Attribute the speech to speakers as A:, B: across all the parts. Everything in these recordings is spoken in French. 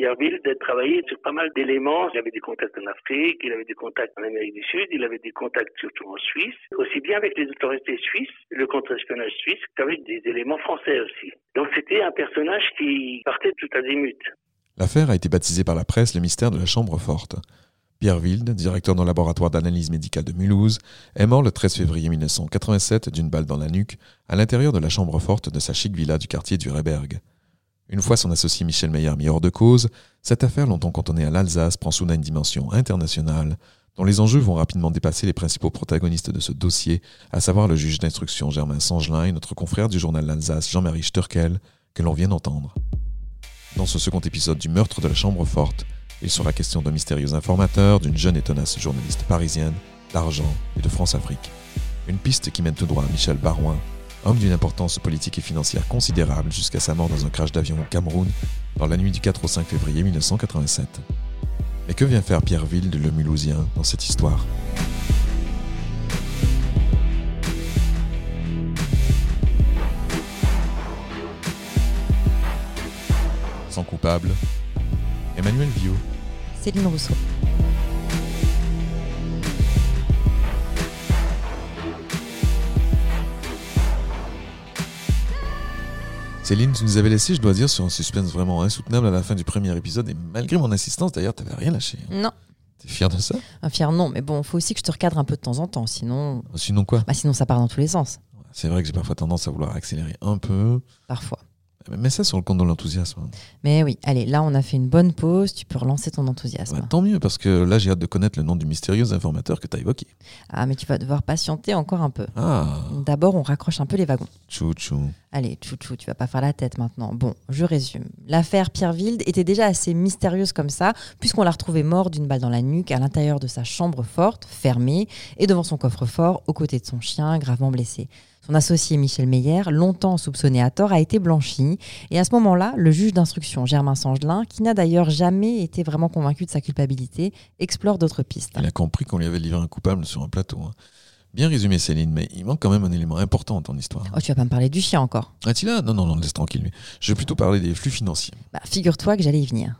A: Yerville de travailler sur pas mal d'éléments. Il avait des contacts en Afrique, il avait des contacts en Amérique du Sud, il avait des contacts surtout en Suisse, aussi bien avec les autorités suisses, le contre-espionnage suisse, qu'avec des éléments français aussi. Donc c'était un personnage qui partait tout azimut.
B: L'affaire a été baptisée par la presse le mystère de la chambre forte. Pierre Wilde, directeur d'un laboratoire d'analyse médicale de Mulhouse, est mort le 13 février 1987 d'une balle dans la nuque à l'intérieur de la chambre forte de sa chic villa du quartier du Réberg. Une fois son associé Michel Meyer mis hors de cause, cette affaire longtemps cantonnée à l'Alsace prend soudain une dimension internationale dont les enjeux vont rapidement dépasser les principaux protagonistes de ce dossier, à savoir le juge d'instruction Germain Sangelin et notre confrère du journal L'Alsace Jean-Marie Sturkel, que l'on vient d'entendre. Dans ce second épisode du meurtre de la chambre forte, il sera question d'un mystérieux informateur, d'une jeune et tenace journaliste parisienne, d'argent et de France-Afrique. Une piste qui mène tout droit à Michel Barouin, homme d'une importance politique et financière considérable jusqu'à sa mort dans un crash d'avion au Cameroun dans la nuit du 4 au 5 février 1987. Mais que vient faire Pierre Wilde, le Mulhousien, dans cette histoire Sans coupable, Emmanuel Viau.
C: Céline Rousseau.
B: Céline, tu nous avais laissé, je dois dire, sur un suspense vraiment insoutenable à la fin du premier épisode. Et malgré mon insistance, d'ailleurs, t'avais rien lâché.
C: Non.
B: T'es fier de ça
C: Un fier non, mais bon, faut aussi que je te recadre un peu de temps en temps, sinon.
B: Sinon quoi
C: Bah sinon ça part dans tous les sens,
B: C'est vrai que j'ai parfois tendance à vouloir accélérer un peu.
C: parfois.
B: Mets ça sur le compte de l'enthousiasme.
C: Mais oui, allez, là on a fait une bonne pause, tu peux relancer ton enthousiasme.
B: Bah, tant mieux, parce que là, j'ai hâte de connaître le nom du mystérieux informateur que t'as évoqué.
C: Ah mais tu vas devoir patienter encore un peu.
B: Ah,
C: D'abord on raccroche un peu les wagons.
B: chouchou.
C: Allez, chouchou, tu vas pas faire la tête maintenant. Bon, je résume. L'affaire Pierre Wilde était déjà assez mystérieuse comme ça, puisqu'on l'a retrouvé mort d'une balle dans la nuque à l'intérieur de sa chambre forte, fermée, et devant son coffre-fort, aux côtés de son chien, gravement blessé. Son associé Michel Meyer, longtemps soupçonné à tort, a été blanchi. Et à ce moment-là, le juge d'instruction Germain Sangelin, qui n'a d'ailleurs jamais été vraiment convaincu de sa culpabilité, explore d'autres pistes.
B: Il a compris qu'on lui avait livré un coupable sur un plateau. hein. Bien résumé, Céline, mais il manque quand même un élément important dans ton histoire.
C: Oh, tu vas pas me parler du chien encore.
B: Est-il là Non, non, non, laisse tranquille. lui. Je vais plutôt parler des flux financiers.
C: Bah, figure-toi que j'allais y venir.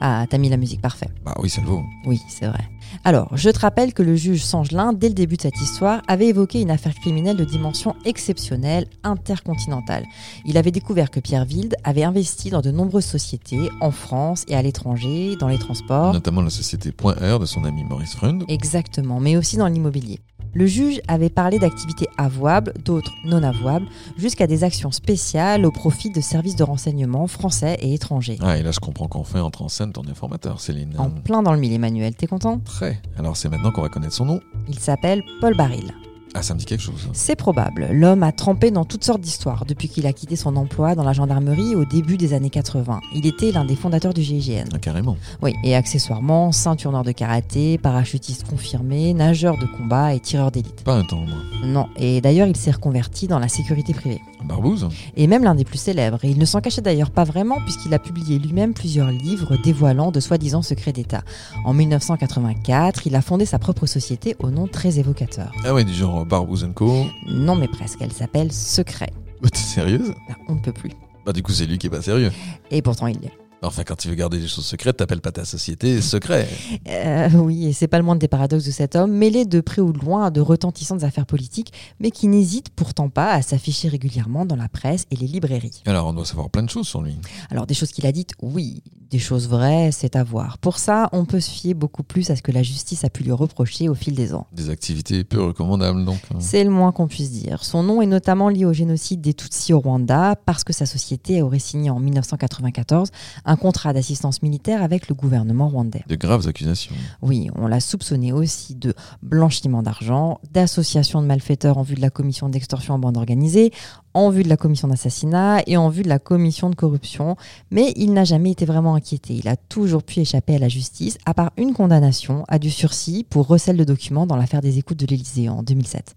C: Ah, t'as mis la musique, parfait.
B: Bah oui, ça le vaut.
C: Oui, c'est vrai. Alors, je te rappelle que le juge Sangelin, dès le début de cette histoire, avait évoqué une affaire criminelle de dimension exceptionnelle, intercontinentale. Il avait découvert que Pierre Wilde avait investi dans de nombreuses sociétés, en France et à l'étranger, dans les transports.
B: Notamment la société Point R de son ami Maurice Freund.
C: Exactement, mais aussi dans l'immobilier. Le juge avait parlé d'activités avouables, d'autres non avouables, jusqu'à des actions spéciales au profit de services de renseignement français et étrangers.
B: Ah, et là, je comprends qu'enfin entre en scène ton informateur, Céline.
C: En plein dans le mille, Emmanuel, t'es content
B: Très. Alors, c'est maintenant qu'on va connaître son nom.
C: Il s'appelle Paul Baril.
B: Ah, ça me dit quelque chose.
C: C'est probable. L'homme a trempé dans toutes sortes d'histoires depuis qu'il a quitté son emploi dans la gendarmerie au début des années 80. Il était l'un des fondateurs du GIGN.
B: Ah, carrément.
C: Oui, et accessoirement, ceinture noire de karaté, parachutiste confirmé, nageur de combat et tireur d'élite.
B: Pas un tendre.
C: Non, et d'ailleurs, il s'est reconverti dans la sécurité privée.
B: Barbouze
C: Et même l'un des plus célèbres. Et il ne s'en cachait d'ailleurs pas vraiment puisqu'il a publié lui-même plusieurs livres dévoilant de soi-disant secrets d'État. En 1984, il a fondé sa propre société au nom très évocateur.
B: Ah ouais, du genre Barbouze Co.
C: Non, mais presque, elle s'appelle Secret.
B: Bah, t'es sérieuse
C: Ah, On ne peut plus.
B: Bah, du coup, c'est lui qui est pas sérieux.
C: Et pourtant, il l'est.
B: Enfin, quand tu veux garder des choses secrètes, t'appelles pas ta société secret.
C: Euh, oui, et c'est pas le moindre des paradoxes de cet homme, mêlé de près ou de loin à de retentissantes affaires politiques, mais qui n'hésite pourtant pas à s'afficher régulièrement dans la presse et les librairies.
B: Alors, on doit savoir plein de choses sur lui.
C: Alors, des choses qu'il a dites, oui, des choses vraies, c'est à voir. Pour ça, on peut se fier beaucoup plus à ce que la justice a pu lui reprocher au fil des ans.
B: Des activités peu recommandables, donc. hein.
C: C'est le moins qu'on puisse dire. Son nom est notamment lié au génocide des Tutsis au Rwanda parce que sa société aurait signé en 1994 un contrat d'assistance militaire avec le gouvernement rwandais.
B: De graves accusations.
C: Oui, on l'a soupçonné aussi de blanchiment d'argent, d'association de malfaiteurs en vue de la commission d'extorsion en bande organisée, en vue de la commission d'assassinat et en vue de la commission de corruption. Mais il n'a jamais été vraiment inquiété. Il a toujours pu échapper à la justice, à part une condamnation à du sursis pour recel de documents dans l'affaire des écoutes de l'Élysée en 2007.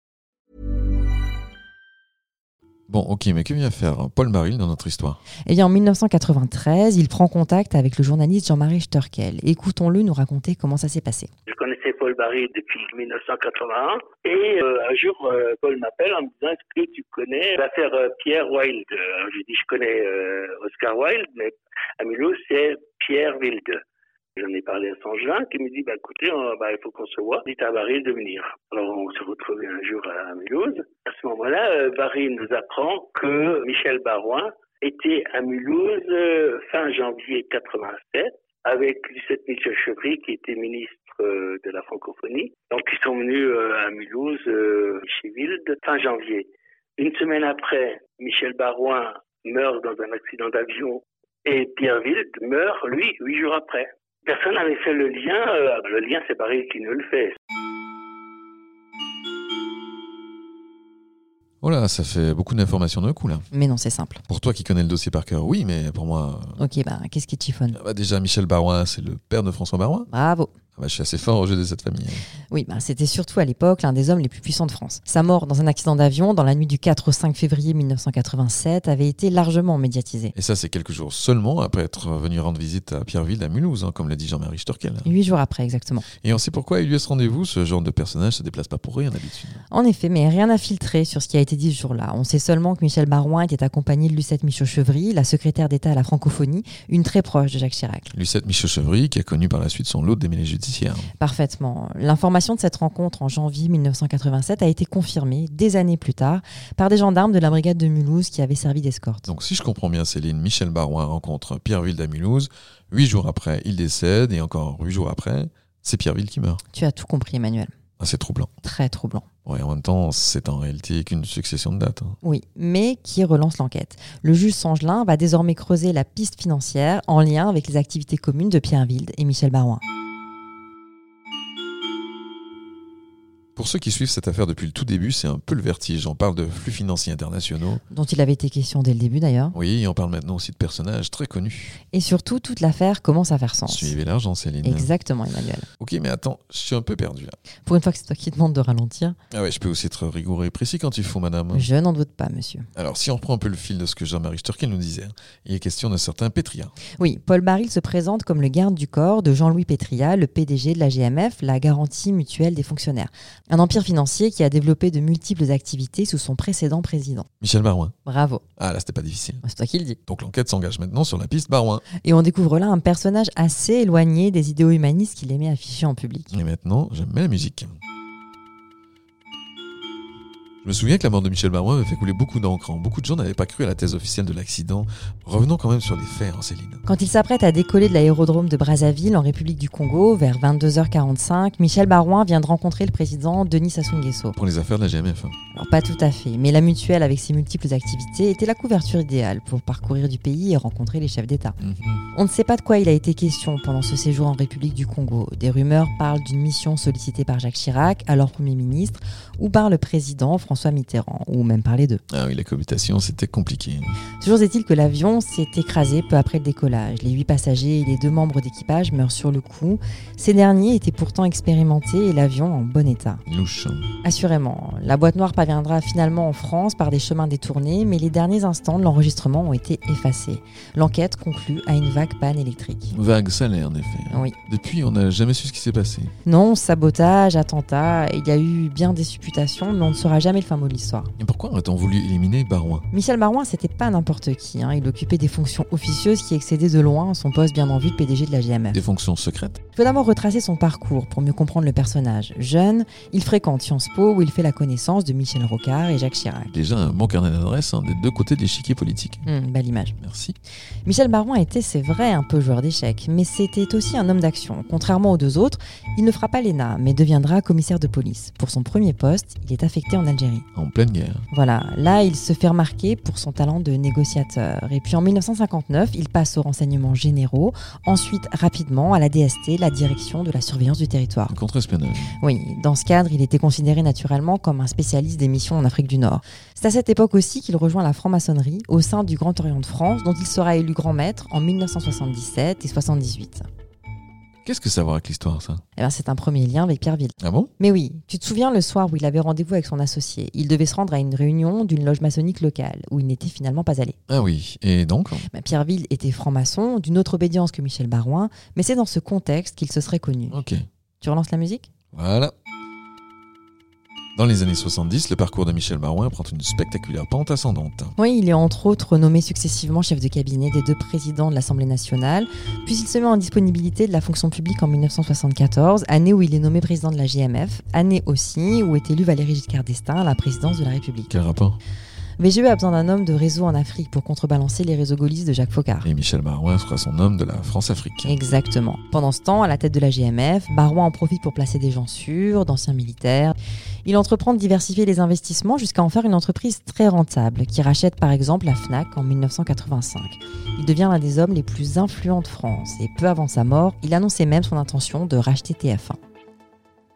B: Bon, ok, mais que vient faire Paul Maril dans notre histoire
C: Eh bien, en 1993, il prend contact avec le journaliste Jean-Marie Sterkel. Écoutons-le nous raconter comment ça s'est passé.
A: Je connaissais Paul Barry depuis 1981 et euh, un jour, euh, Paul m'appelle en me disant Est-ce que tu connais l'affaire euh, Pierre Wilde Alors, J'ai dit Je connais euh, Oscar Wilde, mais à Mulhouse, c'est Pierre Wilde. J'en ai parlé à Sangin qui me dit bah, Écoutez, on- bah, il faut qu'on se voit. Dites à Barry de venir. Alors, on se retrouve un jour à Mulhouse. À ce moment-là, euh, Barry nous apprend que Michel Barouin était à Mulhouse euh, fin janvier 87 avec Lucette Michel-Chevry, qui était ministre euh, de la francophonie. Donc, ils sont venus euh, à Mulhouse, euh, chez Wilde, fin janvier. Une semaine après, Michel Barouin meurt dans un accident d'avion et Pierre Wilde meurt, lui, huit jours après. Personne n'avait fait le lien. euh, le lien, c'est Barry qui nous le fait.
B: Oh là, ça fait beaucoup d'informations d'un coup, là.
C: Mais non, c'est simple.
B: Pour toi qui connais le dossier par cœur, oui, mais pour moi...
C: Ok, bah, qu'est-ce qui te chiffonne
B: euh, bah, déjà, Michel Barouin, c'est le père de François Barouin.
C: Bravo
B: Ah bah, je suis assez fort au jeu de cette famille. hein.
C: Oui, ben, c'était surtout à l'époque l'un des hommes les plus puissants de France. Sa mort dans un accident d'avion dans la nuit du 4 au 5 février 1987 avait été largement médiatisée.
B: Et ça, c'est quelques jours seulement après être venu rendre visite à Pierreville à Mulhouse, hein, comme l'a dit Jean-Marie Storkel.
C: Huit jours après, exactement.
B: Et on sait pourquoi il y a eu ce rendez-vous. Ce genre de personnage se déplace pas pour rien d'habitude.
C: En effet, mais rien n'a filtré sur ce qui a été dit ce jour-là. On sait seulement que Michel Barouin était accompagné de Lucette Michaud-Chevry, la secrétaire d'État à la francophonie, une très proche de Jacques Chirac.
B: Lucette Michaud-Chevry, qui a connu par la suite son lot de démêlés judiciaires.
C: Parfaitement. L'information de cette rencontre en janvier 1987 a été confirmée des années plus tard par des gendarmes de la brigade de Mulhouse qui avaient servi d'escorte.
B: Donc, si je comprends bien, Céline, Michel Barouin rencontre Pierreville à Mulhouse. Huit jours après, il décède. Et encore huit jours après, c'est Pierreville qui meurt.
C: Tu as tout compris, Emmanuel.
B: Ah, c'est troublant.
C: Très troublant.
B: Ouais, en même temps, c'est en réalité qu'une succession de dates. hein.
C: Oui, mais qui relance l'enquête. Le juge Sangelin va désormais creuser la piste financière en lien avec les activités communes de Pierre Wilde et Michel Barouin.
B: Pour ceux qui suivent cette affaire depuis le tout début, c'est un peu le vertige. On parle de flux financiers internationaux.
C: dont il avait été question dès le début d'ailleurs.
B: Oui, et on parle maintenant aussi de personnages très connus.
C: Et surtout, toute l'affaire commence à faire sens.
B: Suivez l'argent, Céline.
C: Exactement, Emmanuel.
B: Ok, mais attends, je suis un peu perdu là.
C: Pour une fois que c'est toi qui demande de ralentir,
B: Ah ouais, je peux aussi être rigoureux et précis quand il faut, madame.
C: je n'en doute pas, monsieur.
B: Alors, si on reprend un peu le fil de ce que Jean-Marie Sturkel nous disait, hein, il est question d'un certain Pétria.
C: Oui, Paul Baril se présente comme le garde du corps de Jean-Louis Pétria, le PDG de la GMF, la garantie mutuelle des fonctionnaires. Un empire financier qui a développé de multiples activités sous son précédent président.
B: Michel Barouin.
C: Bravo,
B: Ah là, c'était pas difficile.
C: c'est toi qui le dis.
B: Donc l'enquête s'engage maintenant sur la piste Barouin.
C: Et on découvre là un personnage assez éloigné des idéaux humanistes qu'il aimait afficher en public.
B: Et maintenant, j'aime la musique. Je me souviens que la mort de Michel Barouin avait fait couler beaucoup d'encre. hein. Beaucoup de gens n'avaient pas cru à la thèse officielle de l'accident. Revenons quand même sur les faits, hein, Céline.
C: Quand il s'apprête à décoller de l'aérodrome de Brazzaville en République du Congo vers 22h45, Michel Barouin vient de rencontrer le président Denis Sassou Nguesso.
B: Pour les affaires de la GMF. hein.
C: Alors pas tout à fait, mais la mutuelle avec ses multiples activités était la couverture idéale pour parcourir du pays et rencontrer les chefs d'État.
B: Mhm.
C: On ne sait pas de quoi il a été question pendant ce séjour en République du Congo. Des rumeurs parlent d'une mission sollicitée par Jacques Chirac, alors Premier ministre, ou par le président François Mitterrand, ou même par les deux.
B: Ah oui, la cohabitation, c'était compliqué.
C: Toujours est-il que l'avion s'est écrasé peu après le décollage. Les huit passagers et les deux membres d'équipage meurent sur le coup. Ces derniers étaient pourtant expérimentés et l'avion en bon état.
B: Louche. hein.
C: Assurément, la boîte noire parviendra finalement en France par des chemins détournés, mais les derniers instants de l'enregistrement ont été effacés. L'enquête conclut à une vague panne électrique.
B: Vague salaire, en effet. hein.
C: Oui.
B: Depuis, on n'a jamais su ce qui s'est passé.
C: Non, sabotage, attentat, il y a eu bien des supputations, mais on ne saura jamais le fin mot de l'histoire.
B: Et pourquoi aurait-on voulu éliminer Barouin
C: Michel Barouin, c'était pas n'importe qui. hein. Il occupait des fonctions officieuses qui excédaient de loin son poste bien en vue de PDG de la GMF.
B: Des fonctions secrètes
C: Il faut d'abord retracer son parcours pour mieux comprendre le personnage. Jeune, il fréquente Sciences Po où il fait la connaissance de Michel Rocard et Jacques Chirac.
B: Déjà, un bon carnet d'adresses hein, des deux côtés de l'échiquier politique.
C: Hum, belle image.
B: Merci.
C: Michel Baron était, c'est vrai, un peu joueur d'échecs, mais c'était aussi un homme d'action. Contrairement aux deux autres, il ne fera pas l'ENA, mais deviendra commissaire de police. Pour son premier poste, il est affecté en Algérie. Syrie.
B: en pleine guerre.
C: Voilà, là il se fait remarquer pour son talent de négociateur. Et puis en 1959, il passe aux renseignements généraux, ensuite rapidement à la DST, la direction de la surveillance du territoire.
B: Le contre-espionnage.
C: Oui, dans ce cadre, il était considéré naturellement comme un spécialiste des missions en Afrique du Nord. C'est à cette époque aussi qu'il rejoint la franc-maçonnerie au sein du Grand Orient de France, dont il sera élu grand maître en 1977 et 78.
B: Qu'est-ce que ça a à voir avec l'histoire, ça
C: Eh bien, c'est un premier lien avec Pierreville.
B: Ah bon
C: Mais oui, tu te souviens le soir où il avait rendez-vous avec son associé. Il devait se rendre à une réunion d'une loge maçonnique locale, où il n'était finalement pas allé.
B: Ah oui. Et donc
C: Bah, Pierreville était franc-maçon, d'une autre obédience que Michel Barouin, mais c'est dans ce contexte qu'il se serait connu.
B: Ok.
C: Tu relances la musique
B: Voilà. Dans les années 70, le parcours de Michel Marouin prend une spectaculaire pente ascendante.
C: Oui, il est entre autres nommé successivement chef de cabinet des deux présidents de l'Assemblée nationale, puis il se met en disponibilité de la fonction publique en 1974, année où il est nommé président de la GMF, année aussi où est élu Valéry Giscard d'Estaing à la présidence de la République.
B: Quel rapport
C: VGE a besoin d'un homme de réseau en Afrique pour contrebalancer les réseaux gaullistes de Jacques Faucard.
B: Et Michel Marouin sera son homme de la France-Afrique.
C: Exactement. Pendant ce temps, à la tête de la GMF, Barouin en profite pour placer des gens sûrs, d'anciens militaires. Il entreprend de diversifier les investissements jusqu'à en faire une entreprise très rentable, qui rachète par exemple la FNAC en 1985. Il devient l'un des hommes les plus influents de France, et peu avant sa mort, il annonçait même son intention de racheter TF1.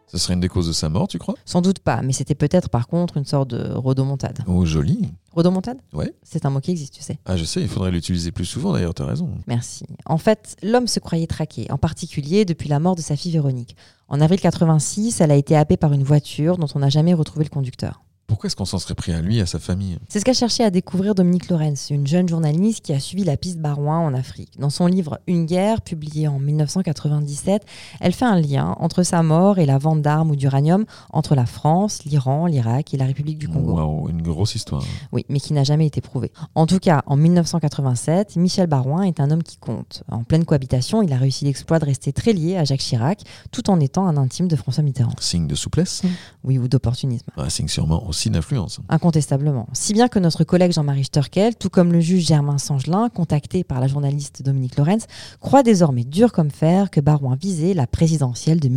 B: Ce serait une des causes de sa mort, tu crois
C: Sans doute pas, mais c'était peut-être par contre une sorte de rodomontade.
B: Oh, joli.
C: Rodomontade
B: Ouais.
C: C'est un mot qui existe, tu sais.
B: Ah, je sais, il faudrait l'utiliser plus souvent d'ailleurs, t'as raison.
C: Merci. En fait, l'homme se croyait traqué, en particulier depuis la mort de sa fille Véronique. En avril 86, elle a été happée par une voiture dont on n'a jamais retrouvé le conducteur.
B: Pourquoi est-ce qu'on s'en serait pris à lui, à sa famille
C: C'est ce qu'a cherché à découvrir Dominique Lorenz, une jeune journaliste qui a suivi la piste Barouin en Afrique. Dans son livre Une guerre, publié en 1997, elle fait un lien entre sa mort et la vente d'armes ou d'uranium entre la France, l'Iran, l'Irak et la République du Congo.
B: Waouh, une grosse histoire.
C: Oui, mais qui n'a jamais été prouvé. En tout cas, en 1987, Michel Barouin est un homme qui compte. En pleine cohabitation, il a réussi l'exploit de rester très lié à Jacques Chirac, tout en étant un intime de François Mitterrand.
B: Signe de souplesse
C: Mm. Oui, ou d'opportunisme.
B: Ah, Signe sûrement aussi d'influence.
C: Incontestablement. Si bien que notre collègue Jean-Marie Sturkel, tout comme le juge Germain Sangelin, contacté par la journaliste Dominique Lorenz, croit désormais dur comme fer que Barouin visait la présidentielle de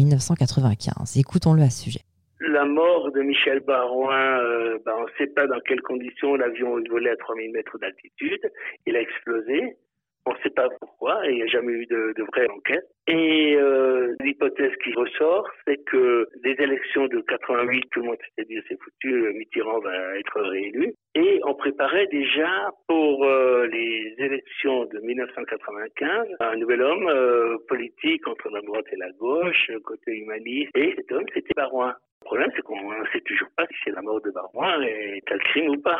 C: 1995. Écoutons-le à ce sujet.
A: La mort de Michel Barouin, euh, ben, on ne sait pas dans quelles conditions l'avion volait à 3000 mètres d'altitude. Il a explosé. On ne sait pas pourquoi et il n'y a jamais eu de, de vraie enquête. Et euh, l'hypothèse qui ressort, c'est que des élections de 88, tout le monde s'était dit c'est foutu, Mitterrand va être réélu. Et on préparait déjà pour euh, les élections de 1995 un nouvel homme euh, politique entre la droite et la gauche, côté humaniste. Et cet homme, c'était Barouin. Le problème, c'est qu'on ne sait toujours pas si c'est la mort de Barouin et un crime ou pas.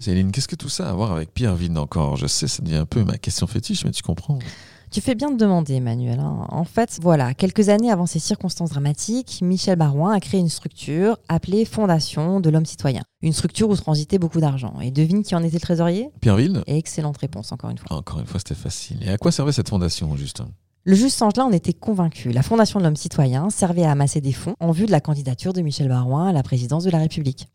B: Céline, qu'est-ce que tout ça a à voir avec Pierreville encore Je sais, ça devient un peu ma question fétiche, mais tu comprends.
C: Tu fais bien de demander, Emmanuel. hein. En fait, voilà, quelques années avant ces circonstances dramatiques, Michel Barouin a créé une structure appelée Fondation de l'homme citoyen. Une structure où transitait beaucoup d'argent. Et devine qui en était le trésorier
B: Pierreville
C: Et Excellente réponse, encore une fois.
B: Encore une fois, c'était facile. Et à quoi servait cette fondation, juste
C: Le juge Sangelin en était convaincu. La Fondation de l'homme citoyen servait à amasser des fonds en vue de la candidature de Michel Barouin à la présidence de la République.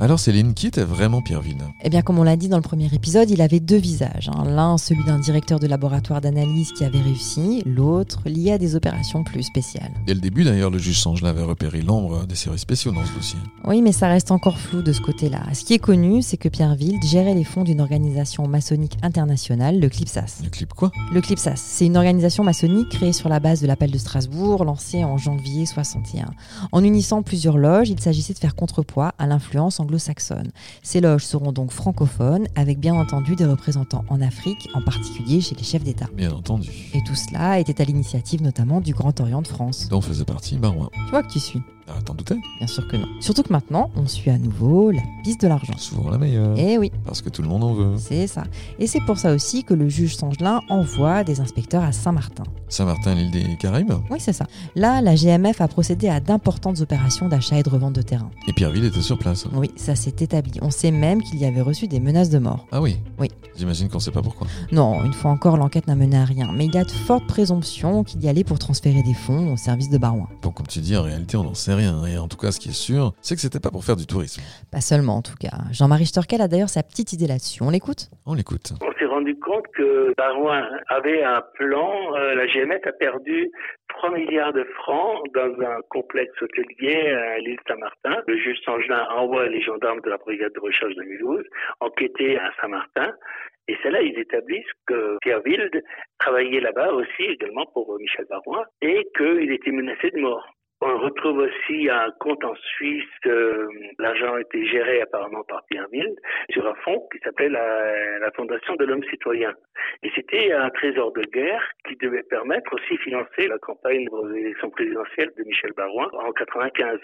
B: Alors Céline, qui était vraiment Pierreville
C: Eh bien, comme on l'a dit dans le premier épisode, il avait deux visages. hein. L'un, celui d'un directeur de laboratoire d'analyse qui avait réussi, l'autre, lié à des opérations plus spéciales.
B: Dès le début, d'ailleurs, le juge Sange l'avait repéré l'ombre des services spéciaux dans ce dossier.
C: Oui, mais ça reste encore flou de ce côté-là. Ce qui est connu, c'est que Pierre Wilde gérait les fonds d'une organisation maçonnique internationale, le CLIPSAS.
B: Le clip quoi
C: Le CLIPSAS, c'est une organisation maçonnique créée sur la base de l'appel de Strasbourg, lancée en janvier 61. En unissant plusieurs loges, il s'agissait de faire contrepoids à l'influence anglo-saxonne. Ces loges seront donc francophones, avec bien entendu des représentants en Afrique, en particulier chez les chefs d'État.
B: Bien entendu.
C: Et tout cela était à l'initiative notamment du Grand Orient de France.
B: Dont faisait partie Barouin.
C: Tu vois que tu suis
B: Ah, t'en doutais
C: Bien sûr que non. Surtout que maintenant, on suit à nouveau la piste de l'argent.
B: Souvent la meilleure.
C: Eh oui,
B: Parce que tout le monde en veut.
C: C'est ça. Et c'est pour ça aussi que le juge Sangelin envoie des inspecteurs à Saint-Martin.
B: Saint-Martin, l'île des Caraïbes
C: Oui, c'est ça. Là, la GMF a procédé à d'importantes opérations d'achat et de revente de terrain.
B: Et Pierreville était sur place.
C: Oui, ça s'est établi. On sait même qu'il y avait reçu des menaces de mort.
B: Ah oui
C: Oui.
B: J'imagine qu'on sait pas pourquoi.
C: Non, une fois encore, l'enquête n'a mené à rien. Mais il y a de fortes présomptions qu'il y allait pour transférer des fonds au service de Barouin.
B: Bon, comme tu dis, en réalité, on n'en sait rien. Et en tout cas, ce qui est sûr, c'est que c'était pas pour faire du tourisme.
C: Pas seulement, en tout cas. Jean-Marie Storkel a d'ailleurs sa petite idée là-dessus. On l'écoute
B: On l'écoute.
A: On s'est rendu rendu compte que Barouin avait un plan. Euh, la GMS a perdu 3 milliards de francs dans un complexe hôtelier à l'île Saint-Martin. Le juge Sangelin envoie les gendarmes de la brigade de recherche de Mulhouse enquêter à Saint-Martin. Et c'est là ils établissent que Pierre Wilde travaillait là-bas aussi également pour euh, Michel Barouin et qu'il était menacé de mort. On retrouve aussi un compte en Suisse. euh, L'argent a été géré apparemment par Pierre Wilde sur un fonds qui s'appelait la, la Fondation de l'Homme Citoyen. Et c'était un trésor de guerre qui devait permettre aussi de financer la campagne aux élections présidentielles de Michel Barouin en 95.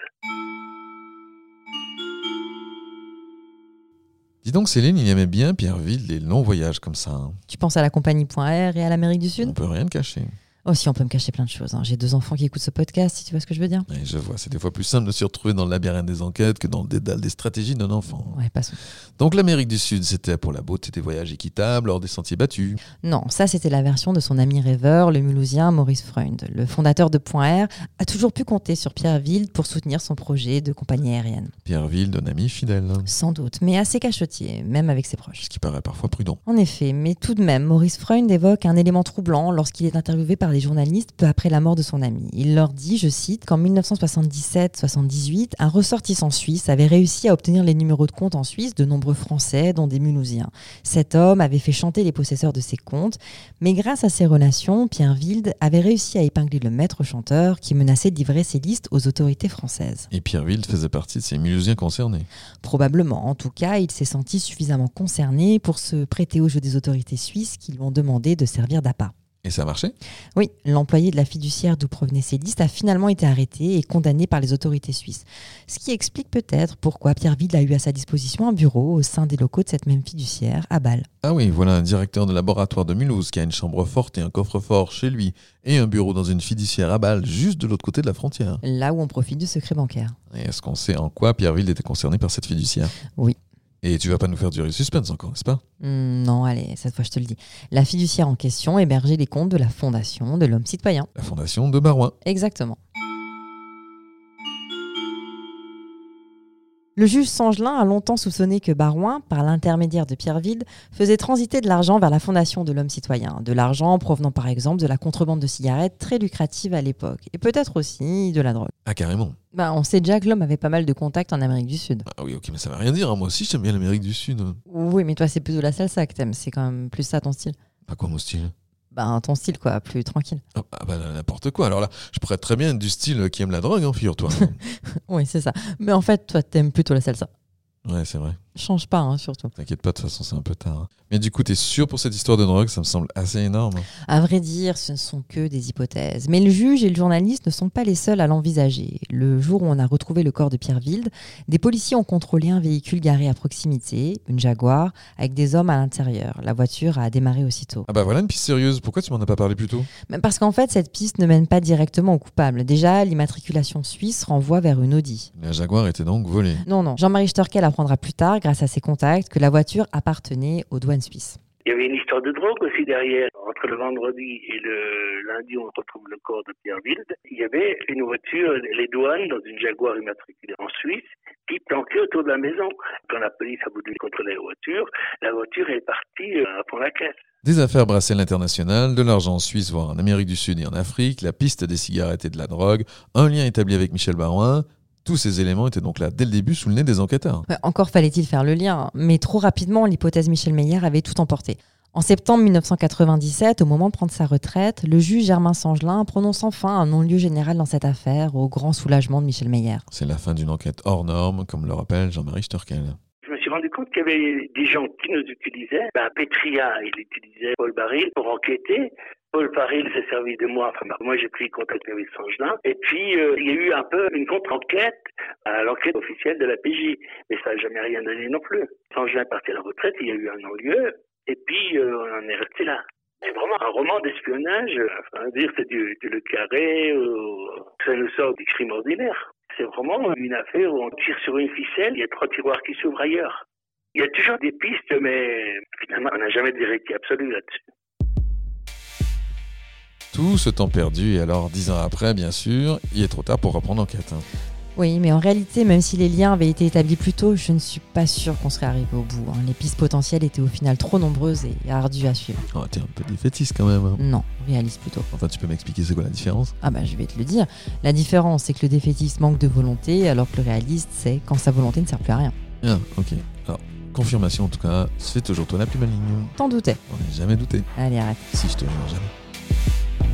B: Dis donc, Céline, il aimait bien Pierreville les longs voyages comme ça. hein.
C: Tu penses à la compagnie.r et à l'Amérique du
B: On
C: Sud
B: peut rien cacher.
C: Oh si, on peut me cacher plein de choses. hein. J'ai deux enfants qui écoutent ce podcast, si tu vois ce que je veux dire.
B: Et je vois, c'est des fois plus simple de se retrouver dans le labyrinthe des enquêtes que dans le dédale des stratégies d'un enfant.
C: Ouais, passons.
B: Donc l'Amérique du Sud, c'était pour la beauté des voyages équitables hors des sentiers battus.
C: Non, ça c'était la version de son ami rêveur, le Mulhousien Maurice Freund. Le fondateur de Point R a toujours pu compter sur Pierre Wilde pour soutenir son projet de compagnie aérienne.
B: Pierreville d'un ami fidèle,
C: Sans doute, mais assez cachottier, même avec ses proches.
B: ce qui paraît parfois prudent.
C: En effet, mais tout de même, Maurice Freund évoque un élément troublant lorsqu'il est interviewé par les journalistes peu après la mort de son ami. Il leur dit, je cite, qu'en 1977-78, un ressortissant suisse avait réussi à obtenir les numéros de compte en Suisse de nombreux Français, dont des Mulhousiens. Cet homme avait fait chanter les possesseurs de ses comptes, mais grâce à ses relations, Pierre Wilde avait réussi à épingler le maître chanteur qui menaçait de livrer ses listes aux autorités françaises.
B: Et Pierreville faisait partie de ces Mulhousiens concernés.
C: Probablement. En tout cas, il s'est senti suffisamment concerné pour se prêter au jeu des autorités suisses qui lui ont demandé de servir d'appât.
B: Et ça marchait
C: Oui, l'employé de la fiduciaire d'où provenaient ces listes a finalement été arrêté et condamné par les autorités suisses. Ce qui explique peut-être pourquoi Pierre Ville a eu à sa disposition un bureau au sein des locaux de cette même fiduciaire à Bâle.
B: Ah oui, voilà un directeur de laboratoire de Mulhouse qui a une chambre forte et un coffre-fort chez lui et un bureau dans une fiduciaire à Bâle juste de l'autre côté de la frontière.
C: Là où on profite du secret bancaire.
B: Et est-ce qu'on sait en quoi Pierreville était concerné par cette fiduciaire
C: Oui.
B: Et tu vas pas nous faire durer le suspense encore, n'est-ce pas
C: Hmm, non, allez, cette fois je te le dis. La fiduciaire en question hébergeait les comptes de la fondation de l'homme citoyen.
B: La fondation de Barouin.
C: Exactement. Le juge Sangelin a longtemps soupçonné que Barouin, par l'intermédiaire de Pierre Vide, faisait transiter de l'argent vers la fondation de l'homme citoyen. De l'argent provenant par exemple de la contrebande de cigarettes très lucrative à l'époque, et peut-être aussi de la drogue.
B: Ah carrément.
C: Ben, on sait déjà que l'homme avait pas mal de contacts en Amérique du Sud.
B: Ah oui, ok, mais ça va rien dire. hein. Moi aussi, j'aime bien l'Amérique du Sud.
C: Oui, mais toi c'est plutôt la salsa que t'aimes, c'est quand même plus ça ton style.
B: À quoi mon style
C: Ben ton style quoi, plus tranquille.
B: Ah ah bah n'importe quoi. Alors là, je pourrais très bien être du style qui aime la drogue, hein, figure-toi.
C: Oui, c'est ça. Mais en fait, toi t'aimes plutôt la salsa.
B: ouais, c'est vrai.
C: Change pas, hein, surtout.
B: T'inquiète pas, de toute façon, c'est un peu tard. hein. Mais du coup, t'es sûr pour cette histoire de drogue Ça me semble assez énorme. hein.
C: À vrai dire, ce ne sont que des hypothèses. Mais le juge et le journaliste ne sont pas les seuls à l'envisager. Le jour où on a retrouvé le corps de Pierre Wilde, des policiers ont contrôlé un véhicule garé à proximité, une Jaguar, avec des hommes à l'intérieur. La voiture a démarré aussitôt.
B: Ah bah voilà une piste sérieuse. Pourquoi tu m'en as pas parlé plus tôt
C: Mais Parce qu'en fait, cette piste ne mène pas directement au coupable. Déjà, l'immatriculation suisse renvoie vers une Audi.
B: La Jaguar était donc volée.
C: Non, non, Jean-Marie Storkel apprendra plus tard, grâce à ses contacts, que la voiture appartenait aux douanes suisses.
A: Il y avait une histoire de drogue aussi derrière. Entre le vendredi et le lundi, on retrouve le corps de Pierre Wilde. Il y avait une voiture, les douanes, dans une Jaguar immatriculée en Suisse, qui planquait autour de la maison. Quand la police a voulu contrôler la voiture, la voiture est partie euh, pour la caisse.
B: Des affaires brassées à l'international, de l'argent en Suisse, voire en Amérique du Sud et en Afrique, la piste des cigarettes et de la drogue, un lien établi avec Michel Barouin. Tous ces éléments étaient donc là dès le début sous le nez des enquêteurs.
C: Ouais, Encore fallait-il faire le lien, hein. mais trop rapidement, l'hypothèse Michel Meyer avait tout emporté. En septembre 1997, au moment de prendre sa retraite, le juge Germain Sangelin prononce enfin un non-lieu général dans cette affaire, au grand soulagement de Michel Meyer.
B: C'est la fin d'une enquête hors norme, comme le rappelle Jean-Marie Sturkel.
A: Je me suis rendu compte qu'il y avait des gens qui nous utilisaient. Ben, Petria, il utilisait Paul Baril pour enquêter. Paul Baril s'est servi de moi. Enfin, ben, moi, j'ai pris contact avec Sangelin. Et puis, euh, il y a eu un peu une contre-enquête à l'enquête officielle de la PJ. Mais ça n'a jamais rien donné non plus. Sangelin est parti à la retraite, il y a eu un non-lieu. Et puis, euh, on en est resté là. C'est vraiment un roman d'espionnage. Enfin, dire, c'est du, du Le Carré. ou- Ça nous sort du crime ordinaire. C'est vraiment une affaire où on tire sur une ficelle, il y a trois tiroirs qui s'ouvrent ailleurs. Il y a toujours des pistes, mais finalement, on n'a jamais de vérité absolue là-dessus.
B: Tout ce temps perdu, et alors dix ans après, bien sûr, il est trop tard pour reprendre l'enquête. hein.
C: Oui, mais en réalité, même si les liens avaient été établis plus tôt, je ne suis pas sûre qu'on serait arrivé au bout. hein. Les pistes potentielles étaient au final trop nombreuses et ardues à suivre.
B: Oh, t'es un peu défaitiste quand même. hein.
C: Non, réalise plutôt.
B: Enfin, tu peux m'expliquer c'est quoi la différence
C: Ah bah je vais te le dire. La différence, c'est que le défaitiste manque de volonté, alors que le réaliste, c'est quand sa volonté ne sert plus à rien.
B: Ah, ok. Alors, confirmation en tout cas, c'est toujours toi la plus maligne.
C: T'en doutais.
B: On n'a jamais douté.
C: Allez, arrête.
B: Si je te jure, jamais.